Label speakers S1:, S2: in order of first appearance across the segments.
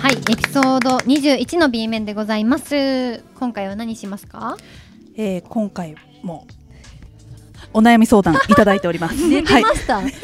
S1: はい、エピソード21の B 面でございます。今回は何しますか？
S2: えー、今回もお悩み相談いただいており ます。はい、
S1: した。はい、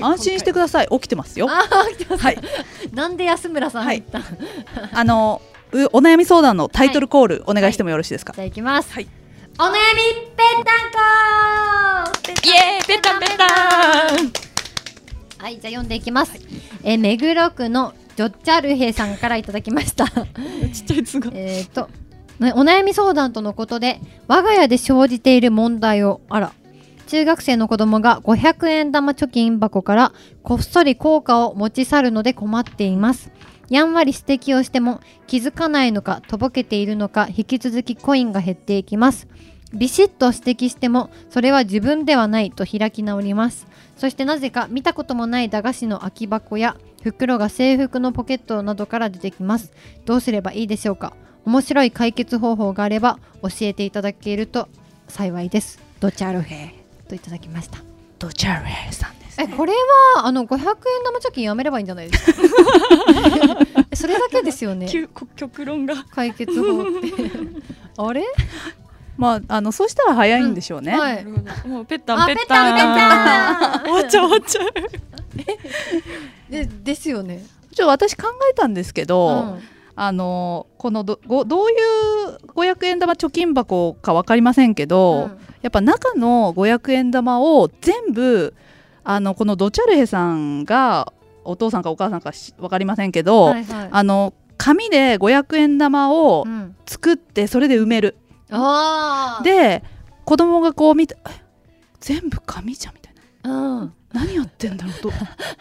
S2: 安心してください。起きてますよ。はい、
S1: なんで安村さん入った？
S2: あのうお悩み相談のタイトルコールお願いしてもよろしいですか。
S1: じゃあ行きます。
S2: はい
S1: お悩みぺったんこ
S3: イエーイペタンペタン
S1: はい、じゃあ読んでいきます。えー目黒区のジョッチャルヘイさんからいただきました。
S3: ちっちゃいつが
S1: えっと、ねお悩み相談とのことで、我が家で生じている問題を、あら、中学生の子供が500円玉貯金箱からこっそり硬貨を持ち去るので困っています。やんわり指摘をしても気づかないのかとぼけているのか引き続きコインが減っていきます。ビシッと指摘してもそれは自分ではないと開き直ります。そしてなぜか見たこともない駄菓子の空き箱や袋が制服のポケットなどから出てきます。どうすればいいでしょうか面白い解決方法があれば教えていただけると幸いですドチャルヘといただきました
S2: ドチャルエさんです
S1: えこれはあの500円玉貯金やめればいいんじゃないですか それだけですよね
S3: 急こ極論が
S1: 解決法って あれ
S2: まああのそうしたら早いんでしょうね。
S1: は
S3: ないるほどもうペタ
S1: あ
S3: ン
S1: ペ
S3: ペ
S1: ッ
S3: タン
S1: タンペ
S3: 終わっちゃう終わっちゃう
S1: タンでですよね
S2: ちょ私考えたんですけど、
S1: うん
S2: あのこのどごどういう500円玉貯金箱かわかりませんけど、
S1: うん
S2: やっぱ中の500円玉を全部あのこのドチャルヘさんがお父さんかお母さんかしわかりませんけど、
S1: はいはい
S2: あの紙で500円玉を
S1: うん
S2: 作ってそれで埋める、
S1: あー
S2: で子供がこう見てえ全部紙じゃんみたいな
S1: うん
S2: 何やってんだ ろうと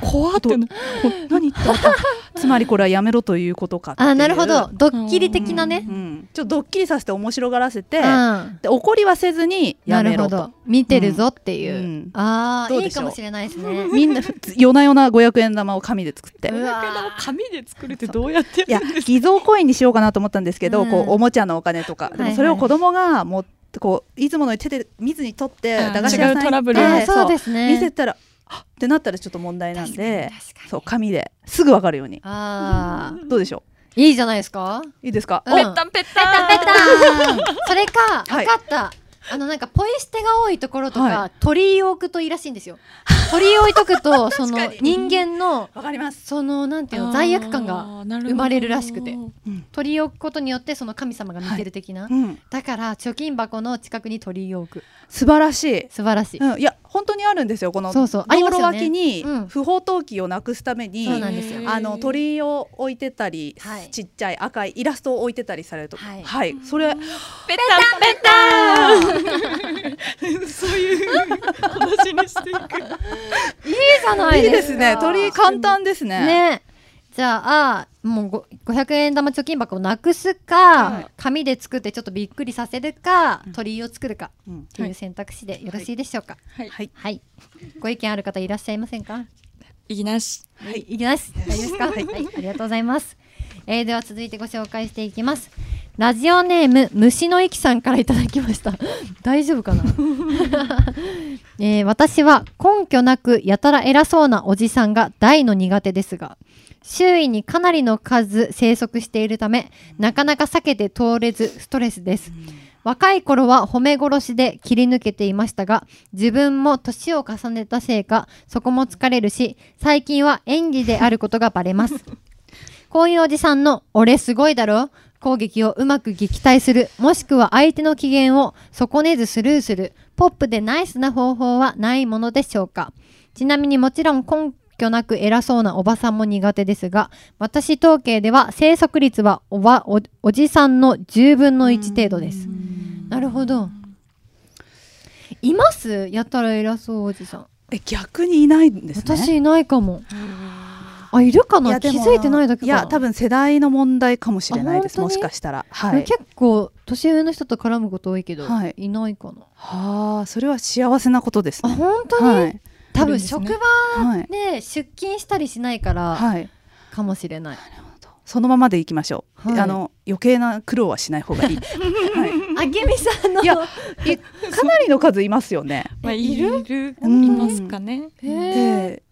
S2: 怖っとど何言ってんだつまりこれはやめろということかっていう
S1: あなるほどドッキリ的な
S2: う
S1: ね
S2: んうんちょっとドッキリさせて面白がらせて、
S1: うん
S2: で怒りはせずにや
S1: な
S2: め
S1: る
S2: ろ
S1: ほ
S2: と
S1: ど見てるぞっていううんああ
S2: どう
S1: いい
S2: でし
S1: か
S2: ょう
S1: もしれないですね
S2: みんなふつ夜な夜な500円玉を紙で作って
S1: う
S2: い
S1: わー
S3: 500円を紙で作るってどうやって
S2: や偽造コインにしようかなと思ったんですけど、
S1: うん
S2: こうおもちゃのお金とか
S1: い
S2: でもそれを子供がもうこういつもの手で見ずに取って
S3: あー
S2: 駄菓子屋さん行って
S3: 違うトラブル
S1: あー
S2: そう
S1: そうですね
S2: 見せたらあってなったらちょっと問題なんで
S1: 確かに
S2: そう紙ですぐわかるように
S1: ああ、
S2: どうでしょ
S1: いいじゃないですか。
S2: ういいですか、
S1: うん
S2: お
S3: ペタンペタ
S1: ペ
S3: ン
S1: タン。 それか、
S2: は
S1: 分
S2: い
S1: かった。あのなんかポイ捨てが多いところと
S2: は
S1: か鳥居を置くといいらしいん ですよ。鳥居を置いとくとその
S2: 確かに
S1: 人間の
S2: わかります、
S1: そのなんていうの罪悪感が
S3: あーなるほ
S1: 生
S3: ど
S1: まれるらしくて
S2: うん
S1: 鳥居を置くことによってその神様が見てる的な。
S2: うん、
S1: だから貯金箱の近くに鳥居を置く。
S2: 素晴らしい
S1: 素晴らしい。
S2: うん、いや本当にあるんですよこの
S1: そ
S2: 道
S1: うそうあります
S2: 路
S1: よね
S2: 脇に
S1: うん
S2: 不法投棄をなくすために、
S1: そうなんですよ
S2: あの鳥居を置いてたり、
S1: はい
S2: ちっちゃい赤いイラストを置いてたりされると
S1: は
S2: はいい、それ
S3: ペタンペタ ンそういう話にしていく
S1: いいじゃない
S2: い
S1: で
S2: いですす
S1: か。
S2: ね鳥居簡単ですね
S1: ね。じゃあもうご500円玉貯金箱をなくすか、
S2: はい
S1: 紙で作ってちょっとびっくりさせるか、鳥居を作るかっ
S2: うん
S1: ていう選択肢でよろしいでしょうか。
S3: はい
S2: はい
S1: はい。ご意見ある方いらっしゃいませんか。
S3: いきなし
S2: はい
S1: いきます。大丈夫ですか。はい、ありがとうございます。えー、では続いてご紹介していきます。ラジオネーム虫の息さんからいただきました。 大丈夫かな。 えー私は根拠なくやたら偉そうなおじさんが大の苦手ですが、周囲にかなりの数生息しているため、なかなか避けて通れずストレスです。若い頃は褒め殺しで切り抜けていましたが自分も年を重ねたせいかそこも疲れるし最近は演技であることがバレますこういうおじさんの「俺すごいだろ」攻撃をうまく撃退するもしくは相手の機嫌を損ねずスルーするポップでナイスな方法はないものでしょうかちなみにもちろん根拠なく偉そうなおばさんも苦手ですが私統計では生息率はおばおおじさんの10分の1程度ですなるほど。いますやたら偉そうおじさん。
S2: え逆にいないんですね
S1: 私いないかも。あいるかな気
S2: でも
S1: づいてないだけかな。
S2: いや多分世代の問題かもしれないで
S1: あ
S2: す
S1: 本
S2: も
S1: 当
S2: し
S1: に
S2: かしたらはい
S1: 結構年上の人と絡むこと多いけど、
S2: はいい、
S1: ないかな。
S2: はあそれは幸せなことです
S1: あ
S2: ね
S1: 本当に、
S2: はい
S1: 多分
S3: いるんです
S1: 職
S3: ね
S1: 場
S2: はい
S1: で出勤したりしないから
S2: はい
S1: かもしれない。
S2: そのままでいきましょう、
S1: はい
S2: あの余計な苦労はしない方が いい、はい
S1: あげみさんの
S2: いや、いかなりの数いますよね。
S3: まあ
S1: え
S3: い
S1: いる
S3: るい
S2: うん
S3: ますかね
S1: へー
S2: で、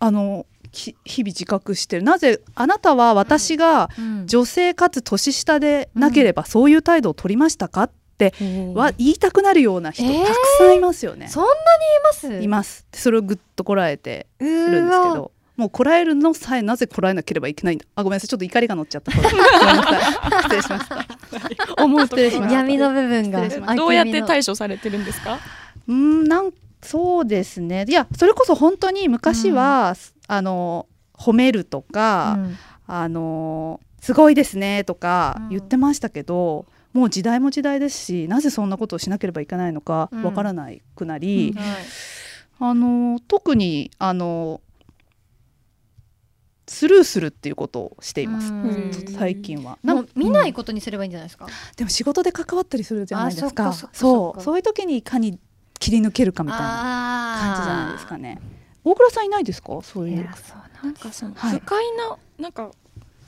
S2: あのき日々自覚してるなぜあなたは私が
S1: うん
S2: 女性かつ年下でなければそういう態度を取りましたかっては言いたくなるような人
S1: えー
S2: たくさんいますよね。
S1: そんなにいます
S2: いますそれをぐっとこらえて
S1: う
S2: いる
S1: ー
S2: んですけ
S1: わ
S2: どもうこらえるのさえなぜこらえなければいけないんだあごめんなさいちょっと怒りが乗っちゃ ったごめんなさい失礼しました
S3: 思う
S2: 失礼しました
S1: 闇の部分が
S2: 失礼しま
S1: あ
S3: どうやっ
S1: 君
S3: て
S1: の
S3: 対処されてるんですか？
S2: うーんなんそうですねいやそれこそ本当に昔は、あの褒めるとか、
S1: うん
S2: あのすごいですねとか
S1: うん
S2: 言ってましたけど、もう時代も時代ですしなぜそんなことをしなければいけないのか
S1: うん
S2: わからないくなり、
S1: うん
S2: あの特にあのスルーするっていうことをしています、
S1: うん
S3: うん
S2: ちょっと最近は。
S1: も
S2: なん
S1: う見ないことにすればいいんじゃないですか、
S2: でも仕事で関わったりするじゃないですか
S1: あそっかそっかそっ
S2: そ
S1: か
S2: うそういう時にいかに切り抜けるかみたいな感
S1: 感
S2: じじゃないですかね大倉さんいないですかそう
S1: い
S2: いう
S1: やそうなん
S3: なんかその
S2: はい
S3: 不快ななんか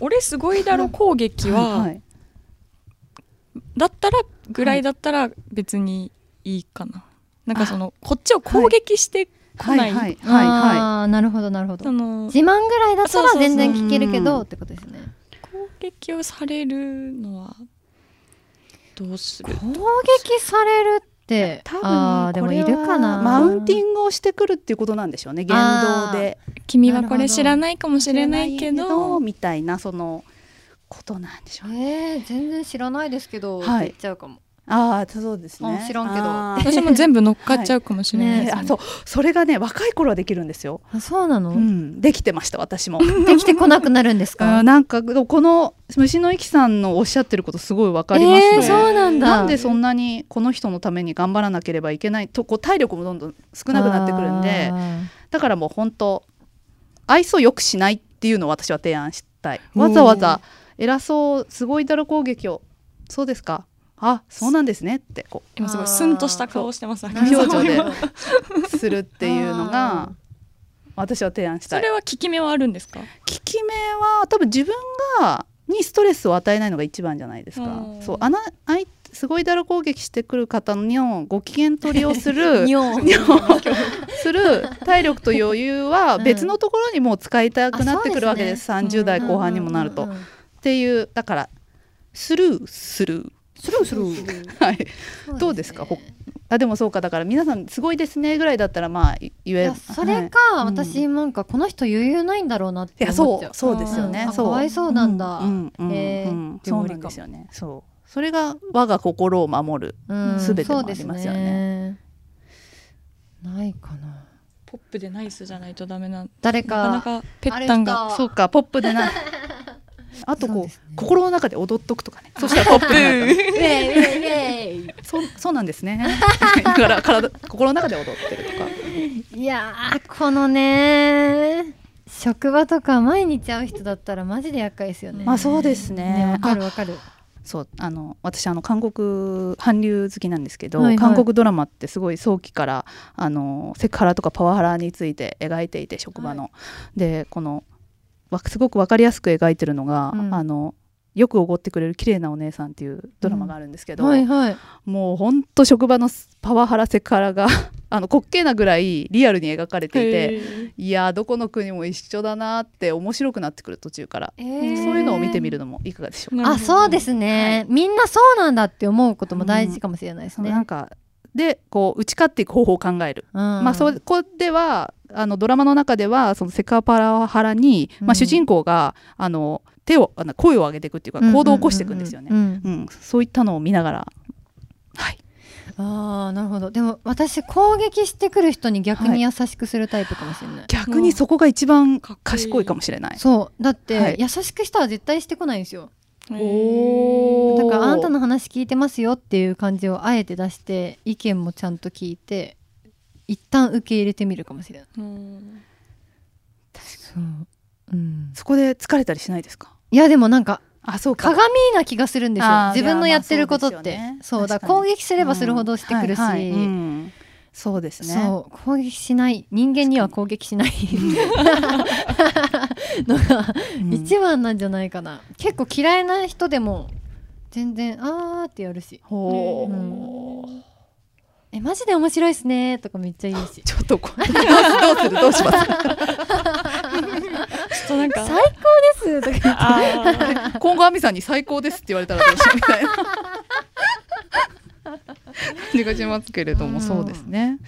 S3: 俺すごいだろ攻撃
S2: は
S3: はいだったらぐらいだったら別にいいかな。なんかそのこっちを攻撃してこ
S2: はい
S3: な
S2: はい
S3: い。
S2: はいは
S1: あーなるほどなるほど
S3: その
S1: 自慢ぐらいだったら
S3: そうそうそう
S1: 全然聞けるけ
S2: うん
S1: どってことですね
S3: 攻撃をされるのはどうする？
S1: 攻撃されるって
S2: 多
S1: あー
S2: 分
S1: で
S2: こ
S1: もい
S2: れは
S1: るかな
S2: マウンティ
S1: グ
S2: ングをしてくるっていうことなんでしょうね言動で
S3: 君はこれ知らないかもしれないけ
S2: 知らない
S3: ど
S2: みたいなそのことなんでしょうね
S1: えー、全然知らないですけど、
S2: は
S1: って
S2: い
S1: 言っちゃうかも
S2: ああそうです
S1: うん
S2: ね
S1: 知らんけど
S2: あ ー
S3: 私も全部乗っかっちゃうかもしれないです
S2: ね
S3: ね
S2: あそうそれがね若い頃はできるんですよ、
S1: あそうなの、
S2: うん、できてました私も
S1: できてこなくなるんです
S2: う
S1: か
S2: んなんかでもこの虫の息さんのおっしゃってることすごいわかりますね、
S1: えーそうなんだ
S2: なんでそんなにこの人のために頑張らなければいけないとこう体力もどんどん少なくなってくるんで
S1: あー
S2: だからもう本当愛想よくしないっていうのを私は提案したいわざわざ偉そうすごいだろ攻撃をそうですかあそうなんですねってこ
S3: 今すごいスンとした顔してます
S1: なるほど
S2: 表情で
S1: なるほど
S2: うするっていうの
S1: あ
S2: が私は提案し
S3: そ
S2: たい
S3: れは効き目はあるんですか
S2: 効き目は多分自分がにストレスを与えないのが一番じゃないですか
S3: うん
S2: そうあなあいすごいだろ攻撃してくる方のご機嫌取りをす る
S1: 尿
S2: する体力と余裕は
S1: うん
S2: 別のところにもう使いたくなってくるわけです,、
S3: うですね
S2: 30代後半にもなると。
S1: うんうんうん
S2: っていうだからスルースルースルースルーはい
S1: うん
S2: どうですか
S1: そね
S2: あでもそうかだから皆さん「すごいですね」ぐらいだったらまあい言
S1: い
S2: え
S1: やそれか、
S2: いうん
S1: 私なんかこの人余裕ないんだろうなっ
S2: い
S1: て
S2: や
S1: 思
S2: そ
S1: っちゃう
S2: うそうですよね
S1: うん
S2: そう
S1: かわいそうなんだ
S2: うんうんうん
S1: へー
S2: うん
S1: って
S2: そう
S1: 思う
S2: なんですよねそうそれが我が心を守る
S1: うん
S2: 全てもあります
S1: そ
S2: よね
S1: うですねないかな
S3: ポップでナイスじゃないとダメなん
S1: 誰
S3: なかな
S1: か
S3: かぺったんが
S1: あ
S2: そうかポップでない あと
S1: そ
S2: こ
S1: う
S2: う
S1: ですね
S2: 心の中で踊っとくとかねそしたらポップになるから
S1: ウェイウェイウェ
S2: そうそうなんで すねだから体心の中で踊ってるとか
S1: イいやーこのね職場とか毎日会う人だったらマジで厄介ですよね
S2: まあそうですね
S1: ねわかるわかる
S2: そうあの私あの韓国韓流好きなんですけど、
S1: はいはい
S2: 韓国ドラマってすごい早期からあのセクハラとかパワハラについて描いていて職場の。でこのわすごく分かりやすく描いてるのが、
S1: うん
S2: あのよくおごってくれる綺麗なお姉さんっていうドラマがあるんですけど、
S1: はいはい
S2: もうほんと職場のパワハラセクハラが あの滑稽なぐらいリアルに描かれていて。
S3: へ
S2: いやーどこの国も一緒だなーって面白くなってくる途中から、
S1: そう
S2: そういうのを見てみ
S1: る
S2: るのもいかがでしょうか
S3: ーなるほど
S1: あそうですね、みんなそうなんだって思うことも大事かもしれないです
S2: そう
S1: ね、
S2: なんかでこう打ち勝っていく方法を考える、まあそ
S1: で
S2: こではあのドラマの中ではそのセカパラハラに、
S1: う
S2: ま
S1: ん
S2: あ、主人公があの手をあの声を上げていくっていうか行動を起こしていくんですよね、うんそういったのを見ながらはい
S1: ああなるほどでも私攻撃してくる人に逆
S2: は
S1: に
S2: い
S1: 優しくするタイプかもしれない、
S2: 逆にそこが一番
S3: かっこいい
S2: 賢いかもしれない
S1: そうだって、
S2: はい
S1: 優しくしたら絶対してこないんですよ
S3: へー
S2: おー
S1: だからあなたの話聞いてますよっていう感じをあえて出して意見もちゃんと聞いて一旦受け入れてみるかもしれない
S3: うん
S1: そう、うん、
S2: そこで疲れたりしないですか
S1: いやでもなんか
S2: あそうか
S1: 鏡な気がするんですよ
S2: あー
S1: 自分のやってることってそ
S2: いや
S1: う,、
S2: まあそうですよね
S1: だから
S2: 確
S1: 攻
S2: かに
S1: 撃すればするほどしてくるし、
S2: うんはいはいうんそうですね
S1: そう攻撃しない人間には攻撃しないのが
S2: うん
S1: 一番なんじゃないかな、結構嫌いな人でも全然あーってやるし
S2: ほう
S3: うん
S1: 「えマ ジで面白いっすね」とかめっちゃ言うし
S2: ちょっとこどうすどうするどうします
S3: っとなんか
S1: 最高ですとか
S3: あ
S2: 今後亜美さんに最高ですって言われたらどうしよう みたいな感じがしますけれども、
S1: うん
S2: そうですね。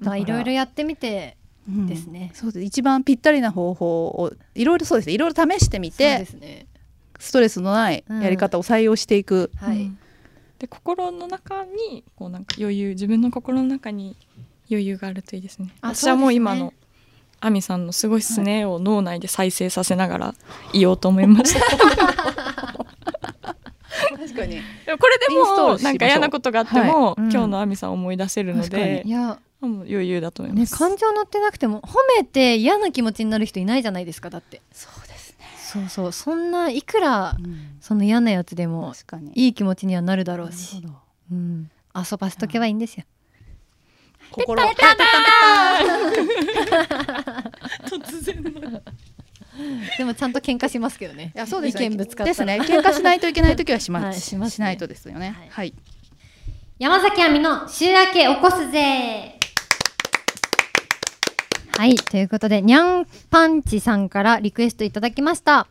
S1: まあいろいろやってみてですね
S2: うんそうです一番ぴったりな方法をいろいろそうですねいろいろ試してみ
S1: そうで
S2: て
S1: すね
S2: ストレスのないやり方を採用していく、
S3: ー
S1: は
S3: う
S1: い
S3: んで心の中にこうなんか余裕自分の心の中に余裕があるといいですね
S1: あ
S3: 私はもう今
S1: そう
S3: の
S1: で
S3: 亜美さんの「すごいっすね」を脳内で再生させながら言おうと思いました
S2: 確かに
S3: でもこれで
S2: インストー
S3: も
S2: ルしましょう
S3: なんか嫌なことがあっても、
S1: はいうん
S3: 今日の亜美さんを思い出せるので
S1: いや
S3: もう余裕だと思いま
S1: ね
S3: す、
S1: 感情乗ってなくても褒めて嫌な気持ちになる人いないじゃないですかだって
S2: そうですね、
S1: そうそうそんないくら
S2: うん
S1: その嫌なやつでも
S2: 確かに
S1: いい気持ちにはなるだろ
S2: な
S1: う
S2: る
S1: し
S2: ほど
S1: うん、遊ばしとけばいいんですよ。
S2: 心ペ
S3: 突然の
S1: でもちゃんと喧嘩しますけどね。
S2: いやそうですね
S1: 意見ぶつかったら
S2: ですね 喧嘩しないといけない時はします,、
S1: はいしますね
S2: ないとですよね
S1: はい
S2: はい、
S1: 山崎亜美の週明け起こすぜはい、ということで、にゃんパンチさんからリクエストいただきました。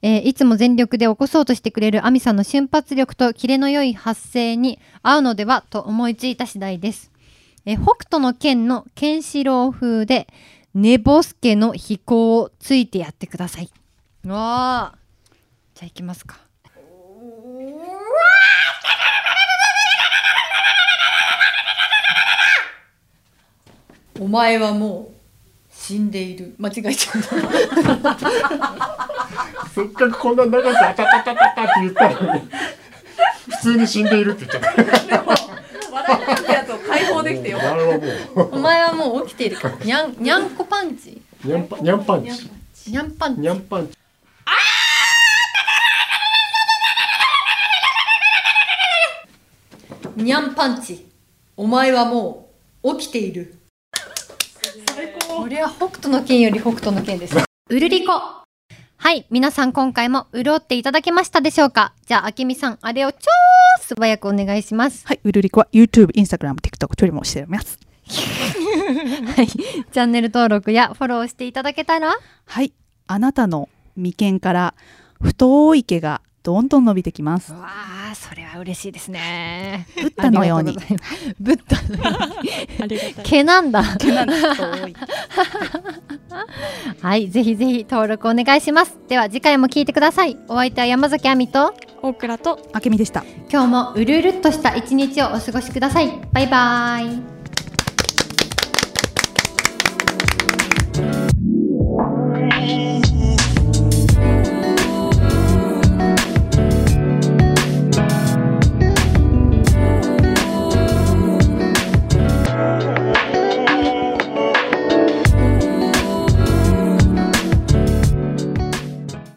S1: えーいつも全力で起こそうとしてくれる亜美さんの瞬発力とキレの良い発声に合うのではと思いついた次第です。えー北斗の剣のケンシロウ風で、寝ぼすけの飛行をついてやってください。わあ。じゃあ行きますか。
S4: お前はもう死んでいる間違えちゃ った
S5: せっかくこんな長くあたたたたたって言ったのに、普通に死んでいるって言っちゃっ
S4: 笑いなんてやつを解放できてよ
S5: た。あれはもう、
S4: お前はもう起きているに ゃんにゃんこパンチ
S5: にゃんぱ、にゃんぱんち。
S4: にゃんパン
S5: にゃんぱんち。
S4: チにゃんパンチお前はもう起きている
S1: これは北斗の剣より北斗の剣です。うるりこ。はい、皆さん今回も潤っていただけましたでしょうかじゃあ、あけみさん、あれを超素早くお願いし ます。
S2: はい、ウルリコは YouTube、Instagram、TikTok 処理もしております
S1: はい。チャンネル登録やフォローしていただけたら
S2: はいあなたの眉間から太い毛がどんどん伸びてきます
S1: わあ、それは嬉しいですね。
S2: ブッダのように
S1: ありがとございます。ブッダのように
S3: ありがたい
S1: 毛なんだ。
S2: 毛なんです太い
S1: はい、ぜひぜひ登録お願いします。では次回も聞いてください。お相手は山崎亜美と、
S3: 大倉と
S2: あけみでした
S1: 今日もうるうるっとした一日をお過ごしください。バイバイ。